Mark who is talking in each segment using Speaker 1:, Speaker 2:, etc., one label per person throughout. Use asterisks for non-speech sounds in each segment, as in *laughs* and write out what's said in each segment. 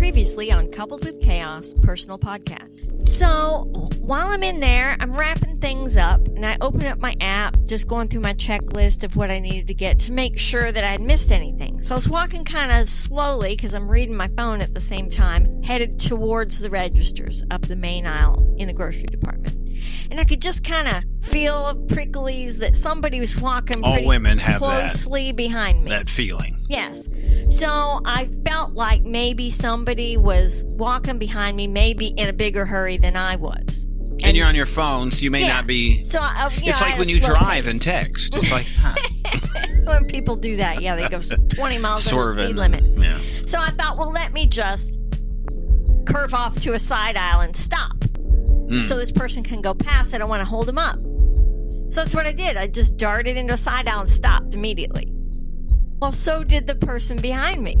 Speaker 1: previously on Coupled with Chaos personal podcast. So while I'm in there, I'm wrapping things up and I open up my app, just going through my checklist of what I needed to get to make sure that I'd missed anything. So I was walking kind of slowly because I'm reading my phone at the same time, headed towards the registers up the main aisle in the grocery department. And I could just kind of feel pricklies that somebody was walking
Speaker 2: All
Speaker 1: pretty
Speaker 2: women have that.
Speaker 1: closely behind me.
Speaker 2: That feeling.
Speaker 1: Yes. So I felt like maybe somebody was walking behind me, maybe in a bigger hurry than I was.
Speaker 2: And, you're on your phone, so you may
Speaker 1: Yeah.
Speaker 2: not be.
Speaker 1: So I, you know,
Speaker 2: it's
Speaker 1: I
Speaker 2: like
Speaker 1: had
Speaker 2: when
Speaker 1: a
Speaker 2: you
Speaker 1: slow
Speaker 2: drive
Speaker 1: pace.
Speaker 2: and text.
Speaker 1: *laughs*
Speaker 2: It's like, huh,
Speaker 1: when people do that,
Speaker 2: *laughs*
Speaker 1: yeah, they go 20 miles over the
Speaker 2: swerving.
Speaker 1: speed limit. *laughs*
Speaker 2: Yeah.
Speaker 1: So I thought, well, let me just curve off to a side aisle and stop. So this person can go past. I don't want to hold them up. So that's what I did. I just darted into a side aisle and stopped immediately. Well, so did the person behind me.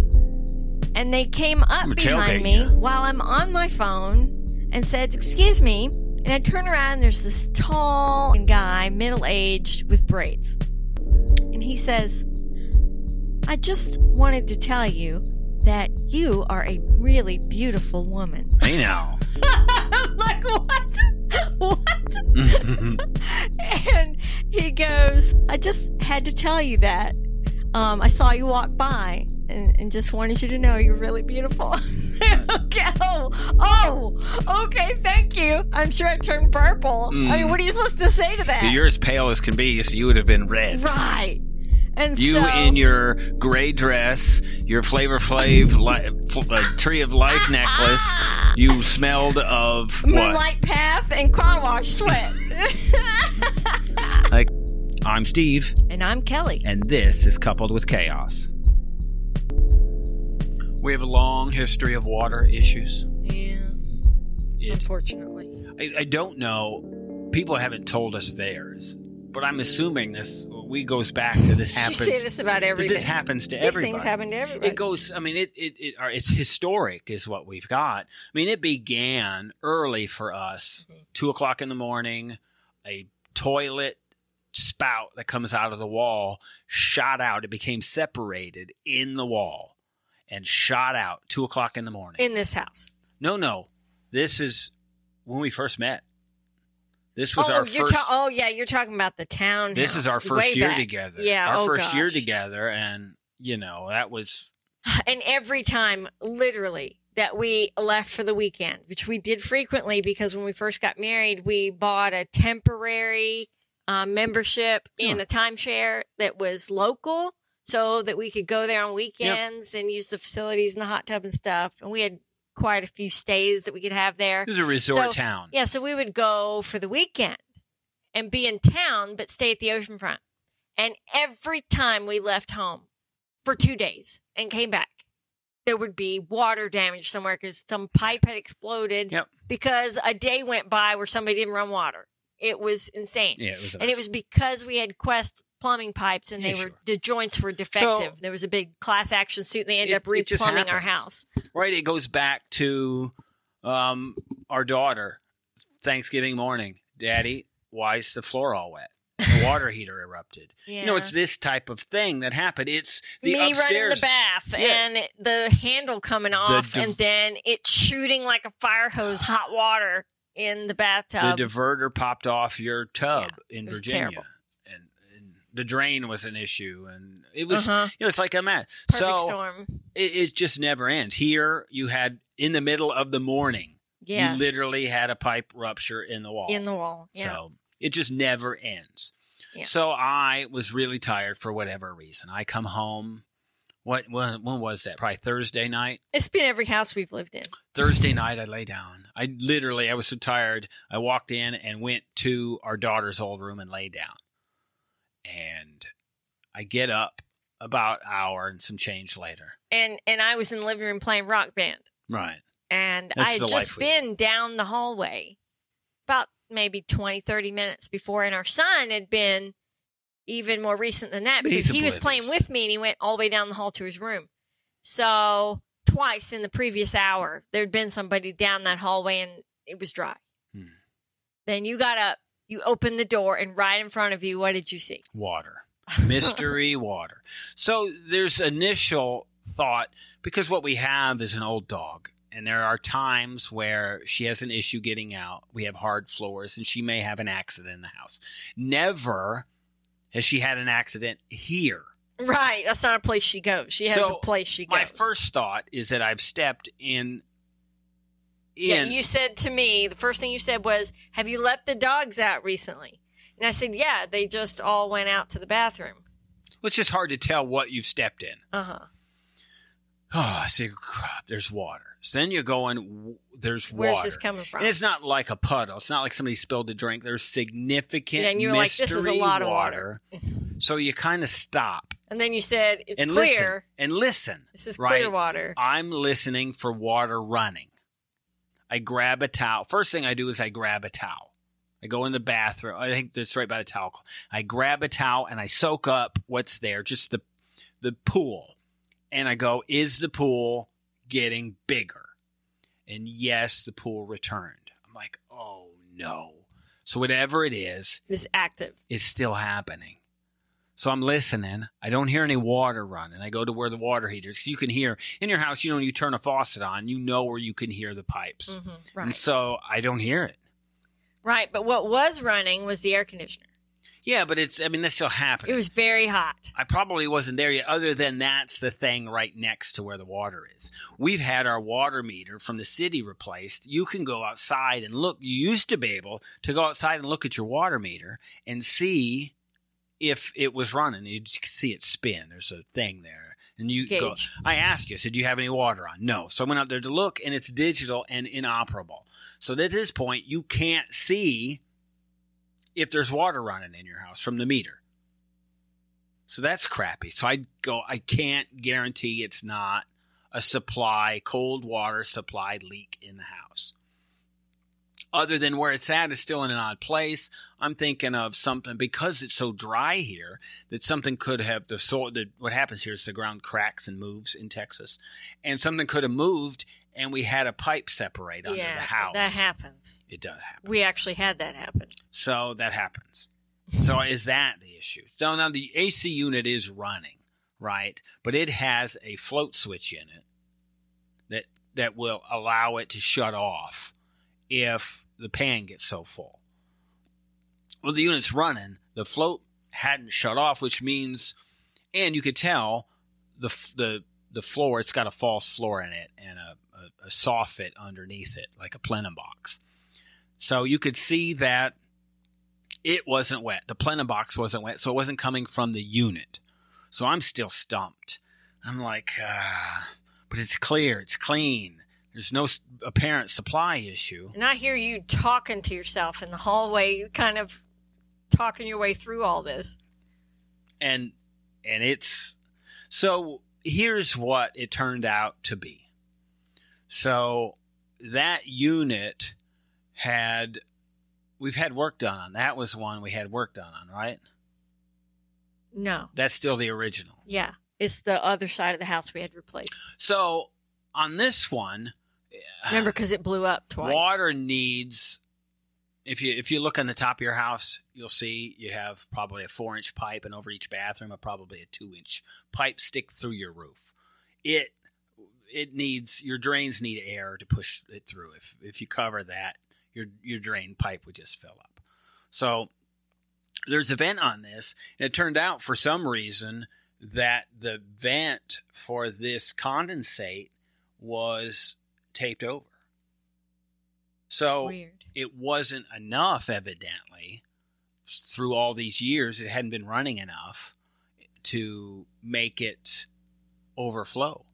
Speaker 1: And they came up
Speaker 2: I'm tailgating
Speaker 1: behind me
Speaker 2: ya.
Speaker 1: while I'm on my phone and said, Excuse me. And I turn around and there's this tall guy, middle aged, with braids. And he says, I just wanted to tell you that you are a really beautiful woman. *laughs*
Speaker 2: Hey now.
Speaker 1: I'm like, what? *laughs*
Speaker 2: *laughs*
Speaker 1: what? and he goes, I just had to tell you that. Um, I saw you walk by and, and just wanted you to know you're really beautiful. *laughs* okay. Oh, oh, okay. Thank you. I'm sure I turned purple. I mean, what are you supposed to say to that?
Speaker 2: Mm. You're as pale as can be, so you would have been red.
Speaker 1: right. And
Speaker 2: You
Speaker 1: so,
Speaker 2: in your gray dress, your Flavor Flav li- fl- uh, Tree of
Speaker 1: Ah,
Speaker 2: Life necklace. You smelled of what?
Speaker 1: moonlight path and car wash
Speaker 2: *laughs*
Speaker 1: sweat. *laughs*
Speaker 2: I'm Steve,
Speaker 1: and I'm Kelly.
Speaker 2: and this is coupled with chaos.
Speaker 3: We have a long history of water issues.
Speaker 1: Yeah.
Speaker 3: It,
Speaker 1: Unfortunately.
Speaker 3: I, I don't know. People haven't told us theirs, but I'm assuming this we goes back to
Speaker 1: *laughs*
Speaker 3: this
Speaker 1: You
Speaker 3: happens.
Speaker 1: say this about
Speaker 3: that
Speaker 1: everything.
Speaker 3: this happens to
Speaker 1: These
Speaker 3: everybody.
Speaker 1: things happen to everybody.
Speaker 3: It goes. I mean, it it, it are, it's historic, is what we've got. I mean, it began early for us,
Speaker 1: Mm-hmm.
Speaker 3: two o'clock in the morning, a toilet spout that comes out of the wall shot out. It became separated in the wall and shot out two o'clock in the morning.
Speaker 1: in this house.
Speaker 3: no, no, this is when we first met. This was
Speaker 1: oh,
Speaker 3: our
Speaker 1: you're
Speaker 3: first.
Speaker 1: ta- oh yeah, you're talking about the town.
Speaker 3: this is our first year together.
Speaker 1: Yeah,
Speaker 3: our
Speaker 1: oh,
Speaker 3: first year
Speaker 1: gosh.
Speaker 3: together, and you know that was
Speaker 1: *sighs* And every time, literally, that we left for the weekend, which we did frequently because when we first got married, we bought a temporary uh, membership in a timeshare that was local, so that we could go there on weekends and use the facilities and the hot tub and stuff. And we had quite a few stays that we could have there.
Speaker 3: it was a resort
Speaker 1: So-
Speaker 3: town.
Speaker 1: Yeah, so we would go for the weekend and be in town, but stay at the oceanfront. And every time we left home for two days and came back, there would be water damage somewhere because some pipe had exploded.
Speaker 3: Yep.
Speaker 1: Because a day went by where somebody didn't run water. It was insane.
Speaker 3: Yeah, it was.
Speaker 1: And it was because we had Quest plumbing pipes and they
Speaker 3: Yeah,
Speaker 1: were
Speaker 3: sure.
Speaker 1: the joints were defective. there was a big class action suit and they ended
Speaker 3: It-
Speaker 1: up
Speaker 3: it just
Speaker 1: replumbing our
Speaker 3: happens.
Speaker 1: house.
Speaker 3: right. It goes back to um, our daughter Thanksgiving morning. Daddy, why is the floor all wet? The water heater erupted.
Speaker 1: Yeah.
Speaker 3: You know, it's this type of thing that happened. It's the
Speaker 1: me running
Speaker 3: upstairs.
Speaker 1: the bath
Speaker 3: Yeah.
Speaker 1: and it- the handle coming off
Speaker 3: div-
Speaker 1: and then it shooting like a fire hose hot water in the
Speaker 3: the
Speaker 1: bathtub
Speaker 3: diverter popped off your tub in
Speaker 1: it was
Speaker 3: Virginia,
Speaker 1: terrible.
Speaker 3: and, and the drain was an issue, and it was.
Speaker 1: Uh-huh.
Speaker 3: You know, it's like a mess.
Speaker 1: perfect
Speaker 3: so
Speaker 1: storm
Speaker 3: It, it just never ends. Here, you had in the middle of the morning,
Speaker 1: yeah
Speaker 3: you literally had a pipe rupture in the wall.
Speaker 1: in the wall yeah
Speaker 3: So it just never ends.
Speaker 1: Yeah.
Speaker 3: So I was really tired for whatever reason. I come home. What when, when was that? Probably Thursday night.
Speaker 1: it's been every house we've lived in
Speaker 3: Thursday night, I lay down. I literally, I was so tired. I walked in and went to our daughter's old room and lay down. And I get up about hour and some change later.
Speaker 1: and and i was in the living room playing rock band
Speaker 3: Right.
Speaker 1: and
Speaker 3: That's
Speaker 1: i had
Speaker 3: the
Speaker 1: just
Speaker 3: life we
Speaker 1: been down the hallway about maybe 20 30 minutes before and our son had been even more recent than that
Speaker 3: But
Speaker 1: because
Speaker 3: he's
Speaker 1: he was playing
Speaker 3: oblivious.
Speaker 1: with me and he went all the way down the hall to his room so twice in the previous hour there'd been somebody down that hallway and it was dry
Speaker 3: Hmm.
Speaker 1: then you got up you opened the door and right in front of you what did you see *laughs*
Speaker 3: water mystery water so there's initial thought because what we have is an old dog and there are times where she has an issue getting out. We have hard floors, and she may have an accident in the house. Never has she had an accident here.
Speaker 1: Right. That's not a place she goes. She has
Speaker 3: So,
Speaker 1: a place she goes.
Speaker 3: My first thought is that I've stepped in.
Speaker 1: Yeah,
Speaker 3: In
Speaker 1: you said to me, the first thing you said was, Have you let the dogs out recently? And I said, Yeah, they just all went out to the bathroom.
Speaker 3: it's just hard to tell what you've stepped in. *sighs*
Speaker 1: Uh huh.
Speaker 3: Oh, I say, crap, there's water. So then you're going, w- there's water.
Speaker 1: Where's this coming from?
Speaker 3: And it's not like a puddle. It's not like somebody spilled a drink. There's significant
Speaker 1: Yeah, and you're like, this is a
Speaker 3: mystery
Speaker 1: lot of
Speaker 3: so you kind of stop
Speaker 1: And then you said, It's
Speaker 3: and listen
Speaker 1: clear.
Speaker 3: and listen.
Speaker 1: This is
Speaker 3: right?
Speaker 1: clear water.
Speaker 3: I'm listening for water running. I grab a towel. First thing I do is I grab a towel. I go in the bathroom. I think that's right by the towel. clo- I grab a towel and I soak up what's there, just the the pool. And I go, is the pool getting bigger? And yes, the pool returned. I'm like, oh no. So whatever it is,
Speaker 1: It's active.
Speaker 3: is still happening. So I'm listening. I don't hear any water running. I go to where the water heater is. 'cause You can hear in your house, you know, when you turn a faucet on, you know where you can hear the pipes.
Speaker 1: hmm
Speaker 3: And
Speaker 1: Right.
Speaker 3: so I don't hear it.
Speaker 1: Right. But what was running was the air conditioner.
Speaker 3: Yeah, but it's, I mean, that's still happening.
Speaker 1: It was very hot.
Speaker 3: I probably wasn't there yet, other than that's the thing right next to where the water is. We've had our water meter from the city replaced. You can go outside and look. You used to be able to go outside and look at your water meter and see if it was running. You just see it spin. There's a thing there. And you go,
Speaker 1: Gauge.
Speaker 3: I asked you, I said, do you have any water on? No. So I went out there to look and it's digital and inoperable. So at this point, you can't see if there's water running in your house from the meter. So that's crappy. So I go, I can't guarantee it's not a supply, cold water supply leak in the house. Other than where it's at, it's still in an odd place. I'm thinking of something because it's so dry here that something could have the soil. The, what happens here is the ground cracks and moves in Texas, and something could have moved, and we had a pipe separate under
Speaker 1: yeah.
Speaker 3: the house.
Speaker 1: That happens.
Speaker 3: It does happen.
Speaker 1: We actually had that happen.
Speaker 3: So that happens. So is that the issue? So now the AC unit is running, right? But it has a float switch in it that that will allow it to shut off if the pan gets so full. Well, the unit's running. The float hadn't shut off, which means, and you could tell the f- the the floor. It's got a false floor in it and a, a, a soffit underneath it, like a plenum box. So you could see that it wasn't wet. The plenum box wasn't wet, so it wasn't coming from the unit. So I'm still stumped. I'm like, ah, but it's clear, it's clean. There's no s- apparent supply issue.
Speaker 1: And I hear you talking to yourself in the hallway, kind of talking your way through all this.
Speaker 3: and and it's so here's what it turned out to be so that unit had we've had work done on that was one we had work done on right
Speaker 1: No.
Speaker 3: that's still the original
Speaker 1: Yeah. It's the other side of the house we had replaced.
Speaker 3: so on this one
Speaker 1: Remember, because it blew up twice.
Speaker 3: water needs if you if you look on the top of your house you'll see you have probably a four inch pipe and over each bathroom a probably a two inch pipe stick through your roof it it needs your drains need air to push it through if if you cover that your your drain pipe would just fill up so there's a vent on this and it turned out for some reason that the vent for this condensate was taped over so
Speaker 1: Weird.
Speaker 3: it wasn't enough, evidently, through all these years. It hadn't been running enough to make it overflow.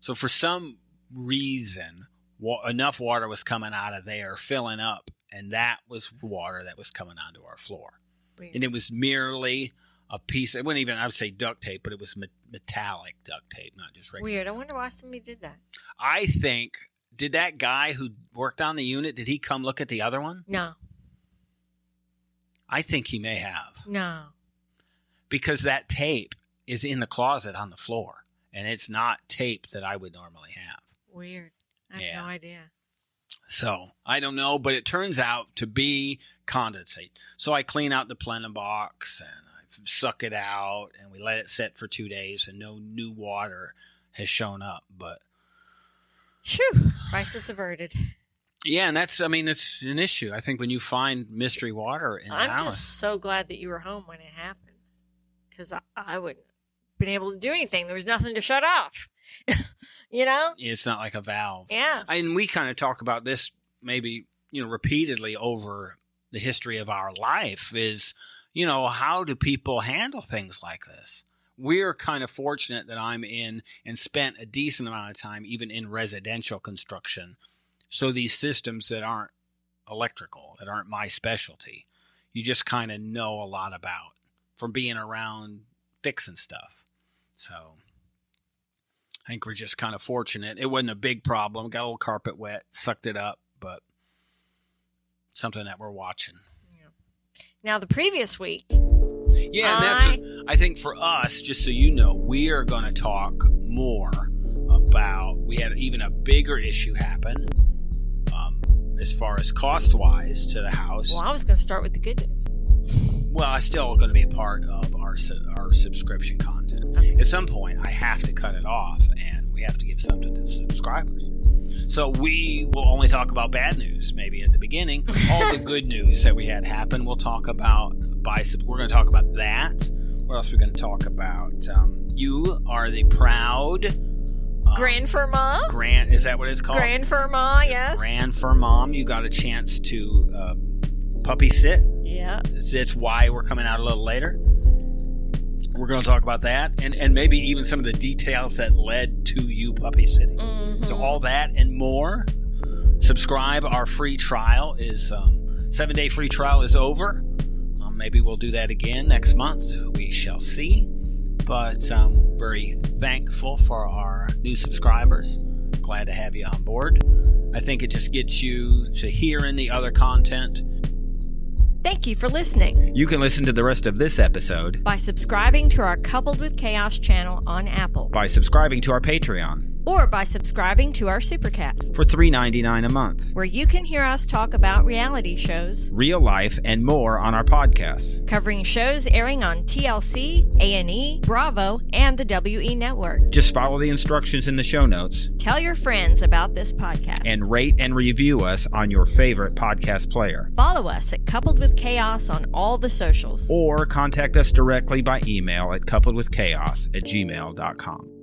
Speaker 3: So, for some reason, wa- enough water was coming out of there, filling up, and that was water that was coming onto our floor.
Speaker 1: Weird.
Speaker 3: And it was merely a piece, it wasn't even, I would say duct tape, but it was me- metallic duct tape, not just regular.
Speaker 1: Weird. I wonder why somebody did that.
Speaker 3: I think, did that guy who worked on the unit, did he come look at the other one?
Speaker 1: No.
Speaker 3: I think he may have
Speaker 1: No.
Speaker 3: because that tape is in the closet on the floor and it's not tape that I would normally have.
Speaker 1: Weird. I have
Speaker 3: Yeah.
Speaker 1: no idea.
Speaker 3: So I don't know, but it turns out to be condensate. So I clean out the plenum box and I suck it out and we let it set for two days and no new water has shown up. But
Speaker 1: Phew. Crisis averted.
Speaker 3: Yeah, and that's I mean it's an issue. I think when you find mystery water in the
Speaker 1: I'm
Speaker 3: house,
Speaker 1: just so glad that you were home when it happened because I, I wouldn't have been able to do anything. There was nothing to shut off. *laughs* you know?
Speaker 3: it's not like a valve.
Speaker 1: Yeah.
Speaker 3: And we kind of talk about this maybe you know repeatedly over the history of our life is you know how do people handle things like this? We're kind of fortunate that I'm in and spent a decent amount of time even in residential construction. So these systems that aren't electrical, that aren't my specialty, you just kind of know a lot about from being around fixing stuff. So I think we're just kind of fortunate. It wasn't a big problem. Got a little carpet wet, sucked it up, but something that we're watching.
Speaker 1: Now, the previous week,
Speaker 3: Yeah, and that's. I think for us, just so you know, we are going to talk more about. We had even a bigger issue happen um, as far as cost wise to the house.
Speaker 1: well, I was going to start with the good news.
Speaker 3: Uh-huh. Well, it's still going to be a part of our su- our subscription content.
Speaker 1: Okay.
Speaker 3: At some point, I have to cut it off, and we have to give something to the subscribers. So we will only talk about bad news, maybe at the
Speaker 1: *laughs*
Speaker 3: beginning. All the good news that we had happen, we'll talk about. By sub- we're going to talk about that. What else are we going to talk about? Um, you are the proud um,
Speaker 1: Grand Firma?
Speaker 3: Grant. Is that what it's called?
Speaker 1: Grand Firma, yes.
Speaker 3: Grand for mom. You got a chance to uh, puppy sit
Speaker 1: Yeah.
Speaker 3: that's why we're coming out a little later. We're going to talk about that and, and maybe even some of the details that led to you puppy sitting.
Speaker 1: Mhm.
Speaker 3: So, all that and more. Subscribe. Our free trial is um, seven day free trial is over. Um, maybe we'll do that again next month. We shall see. But um, very thankful for our new subscribers. Glad to have you on board. I think it just gets you to hearing the other content.
Speaker 1: Thank you for listening.
Speaker 2: You can listen to the rest of this episode
Speaker 1: By subscribing to our Coupled with Chaos channel on Apple
Speaker 2: by subscribing to our Patreon
Speaker 1: or by subscribing to our Supercast,
Speaker 2: for $3.99 a month.
Speaker 1: where you can hear us talk about reality shows,
Speaker 2: Real life and more on our podcasts.
Speaker 1: covering shows airing on TLC, A&E, E, Bravo, and the WE Network.
Speaker 2: Just follow the instructions in the show notes
Speaker 1: Tell your friends about this podcast.
Speaker 2: and rate and review us on your favorite podcast player.
Speaker 1: follow us at Coupled with Chaos on all the socials.
Speaker 2: Or contact us directly by email at coupledwithchaos at gmail.com.